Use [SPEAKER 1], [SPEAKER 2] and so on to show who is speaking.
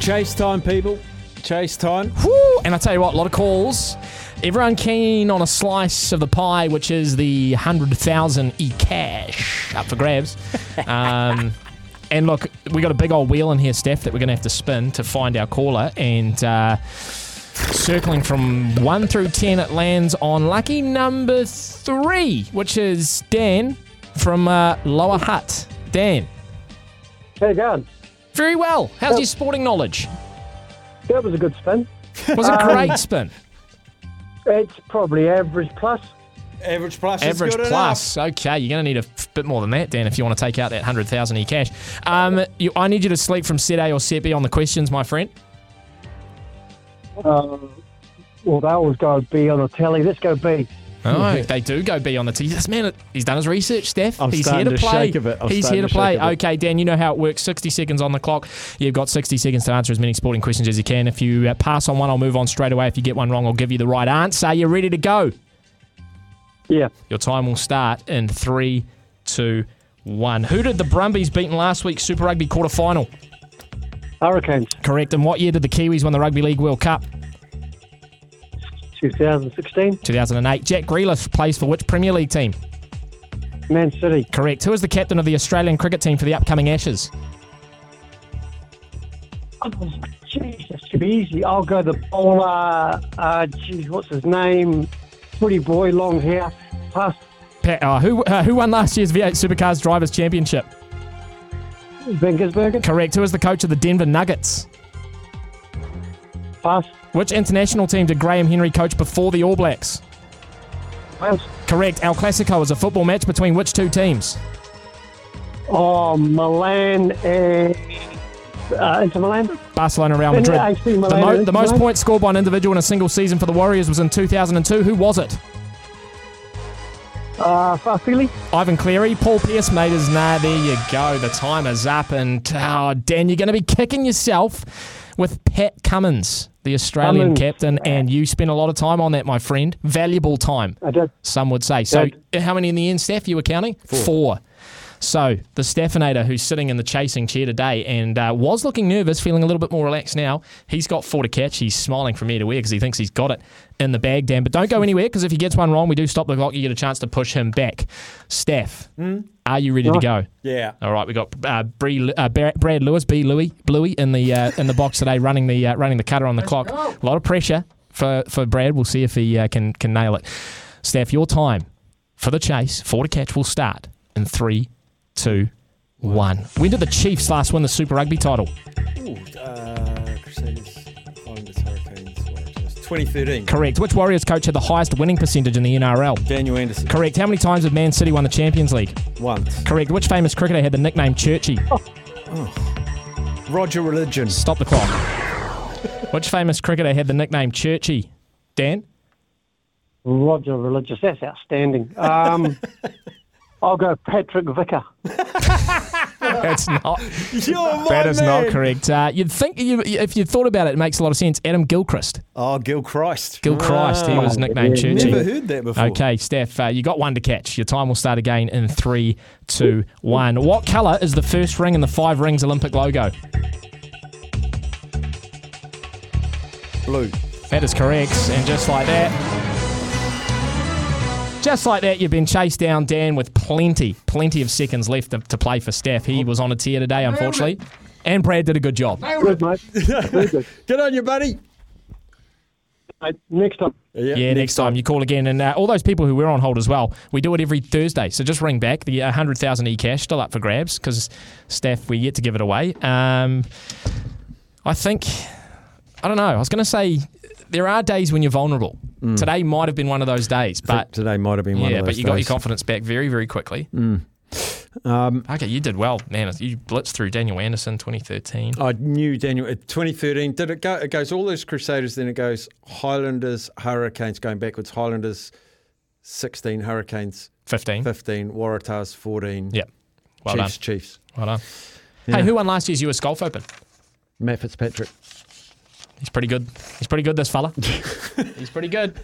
[SPEAKER 1] Chase time, people. Chase time.
[SPEAKER 2] Woo! And I tell you what, a lot of calls. Everyone keen on a slice of the pie, which is the 100,000 e cash up for grabs. Um, and look, we got a big old wheel in here, Steph, that we're going to have to spin to find our caller. And uh, circling from 1 through 10, it lands on lucky number 3, which is Dan from uh, Lower Hutt. Dan,
[SPEAKER 3] How you going?
[SPEAKER 2] very well. How's your sporting knowledge?
[SPEAKER 3] That was a good spin.
[SPEAKER 2] Was a great spin.
[SPEAKER 3] It's probably average plus.
[SPEAKER 1] Average plus
[SPEAKER 2] Average
[SPEAKER 1] is good
[SPEAKER 2] plus. Okay, you're going to need a f- bit more than that, Dan, if you want to take out that 100,000 e cash. Um, you, I need you to sleep from set A or set B on the questions, my friend.
[SPEAKER 3] Um, well, they always go B on the telly. Let's go B.
[SPEAKER 2] Oh, they do go B on the T. This man, he's done his research, Steph.
[SPEAKER 1] I'm
[SPEAKER 2] he's here
[SPEAKER 1] starting to
[SPEAKER 2] to, play.
[SPEAKER 1] shake a bit. I'm
[SPEAKER 2] he's
[SPEAKER 1] starting
[SPEAKER 2] here to,
[SPEAKER 1] to
[SPEAKER 2] play.
[SPEAKER 1] shake a bit.
[SPEAKER 2] Okay, Dan, you know how it works. 60 seconds on the clock. You've got 60 seconds to answer as many sporting questions as you can. If you uh, pass on one, I'll move on straight away. If you get one wrong, I'll give you the right answer. You're ready to go.
[SPEAKER 3] Yeah.
[SPEAKER 2] Your time will start in three, two, one. Who did the Brumbies beat in last week's Super Rugby quarter final?
[SPEAKER 3] Hurricanes,
[SPEAKER 2] Correct. And what year did the Kiwis win the Rugby League World Cup?
[SPEAKER 3] 2016.
[SPEAKER 2] 2008. Jack Grealish plays for which Premier League team?
[SPEAKER 3] Man City,
[SPEAKER 2] Correct. Who is the captain of the Australian cricket team for the upcoming Ashes?
[SPEAKER 3] Oh, jeez, this should be easy. I'll go the bowler. Uh, geez, what's his name? Pretty boy, long hair. Plus,
[SPEAKER 2] Pa- uh, who uh, who won last year's V8 Supercars Drivers Championship?
[SPEAKER 3] Bingersberger.
[SPEAKER 2] Correct. Who is the coach of the Denver Nuggets?
[SPEAKER 3] Plus,
[SPEAKER 2] Which international team did Graham Henry coach before the All Blacks?
[SPEAKER 3] Wales.
[SPEAKER 2] Correct. El Clasico is a football match between which two teams?
[SPEAKER 3] Oh, Milan and uh, Inter Milan.
[SPEAKER 2] Barcelona, Real
[SPEAKER 3] Didn't
[SPEAKER 2] Madrid.
[SPEAKER 3] I see
[SPEAKER 2] The,
[SPEAKER 3] Milan
[SPEAKER 2] mo-
[SPEAKER 3] and
[SPEAKER 2] the most
[SPEAKER 3] Milan?
[SPEAKER 2] points scored by an individual in a single season for the Warriors was in 2002. Who was it?
[SPEAKER 3] Uh, Farfili.
[SPEAKER 2] Ivan Cleary, Paul Pierce made his nah. There you go. The time is up, and oh, Dan, you're going to be kicking yourself with Pat Cummins, the Australian
[SPEAKER 3] Cummins.
[SPEAKER 2] captain, and you spent a lot of time on that, my friend. Valuable time,
[SPEAKER 3] I did.
[SPEAKER 2] some would say. So, uh, how many in the end, Steph? You were counting four. So, the Staffinator, who's sitting in the chasing chair today and uh, was looking nervous, feeling a little bit more relaxed now, he's got four to catch. He's smiling from ear to ear because he thinks he's got it in the bag, Dan. But don't go anywhere because if he gets one wrong, we do stop the clock. You get a chance to push him back. Steph, are you ready to go?
[SPEAKER 1] Yeah.
[SPEAKER 2] All right, we got uh, Bree, uh, Bar- Brad Lewis, B. Louie, Bluey in the uh, in the box today, running the uh, running the cutter on the clock. A lot of pressure for, for Brad. We'll see if he uh, can can nail it. Steph, your time for the chase, four to catch, will start in three, two, one. When did the Chiefs last win the Super Rugby title?
[SPEAKER 1] Ooh, uh, Crusaders, Highlanders, Hurricanes, Warriors. 2013.
[SPEAKER 2] Correct. Which Warriors coach had the highest winning percentage in the NRL?
[SPEAKER 1] Daniel Anderson.
[SPEAKER 2] Correct. How many times have Man City won the Champions League?
[SPEAKER 1] Once.
[SPEAKER 2] Correct. Which famous cricketer had the nickname Churchy?
[SPEAKER 1] Roger Religion.
[SPEAKER 2] Stop the clock. Which famous cricketer had the nickname Churchy? Dan?
[SPEAKER 3] Roger Religious. That's outstanding. Um, I'll go Patrick Vicker.
[SPEAKER 2] That's not.
[SPEAKER 1] You're my
[SPEAKER 2] that is
[SPEAKER 1] man.
[SPEAKER 2] not correct. Uh, you'd think you, if you thought about it, it makes a lot of sense. Adam Gilchrist.
[SPEAKER 1] Oh, Gil Christ.
[SPEAKER 2] Gil Christ. He was nicknamed
[SPEAKER 3] yeah.
[SPEAKER 2] Churchy.
[SPEAKER 1] Oh, Never heard that before.
[SPEAKER 2] Okay, Steph, uh, you got one to catch. Your time will start again in three, two, one. What colour is the first ring in the Five Rings Olympic logo?
[SPEAKER 1] Blue.
[SPEAKER 2] That is correct. And just like that. Just like that, you've been chased down, Dan, with plenty, plenty of seconds left to, to play for Steph. He was on a tear today, unfortunately. And Brad did a good job.
[SPEAKER 3] Good, mate. Very good.
[SPEAKER 1] Get on you, buddy.
[SPEAKER 3] Mate, Next up.
[SPEAKER 2] Yeah, next, time. you call again. And uh, all those people who were on hold as well, we do it every Thursday. So just ring back. The uh, 100,000 e cash still up for grabs because Steph, we yet to give it away. Um, I think, I don't know, I was going to say there are days when you're vulnerable. Today might have been one of those days,
[SPEAKER 1] But
[SPEAKER 2] but.
[SPEAKER 1] today might have been Mm. one
[SPEAKER 2] Yeah,
[SPEAKER 1] of those
[SPEAKER 2] but you got your
[SPEAKER 1] days. Mm. Um,
[SPEAKER 2] confidence back very, very quickly. okay, you did well, man. You blitzed through Daniel Anderson 2013.
[SPEAKER 1] I knew Daniel. uh, 2013. Did it go? It goes all those Crusaders. Then it goes Highlanders, Hurricanes going backwards. Highlanders, 16. Hurricanes,
[SPEAKER 2] 15.
[SPEAKER 1] 15. Waratahs, 14.
[SPEAKER 2] Yeah. Well
[SPEAKER 1] Chiefs, Chiefs.
[SPEAKER 2] done. Well done. Hey, who won last year's US Golf Open?
[SPEAKER 1] Matt Fitzpatrick.
[SPEAKER 2] He's pretty good. He's pretty good, this fella. He's pretty good.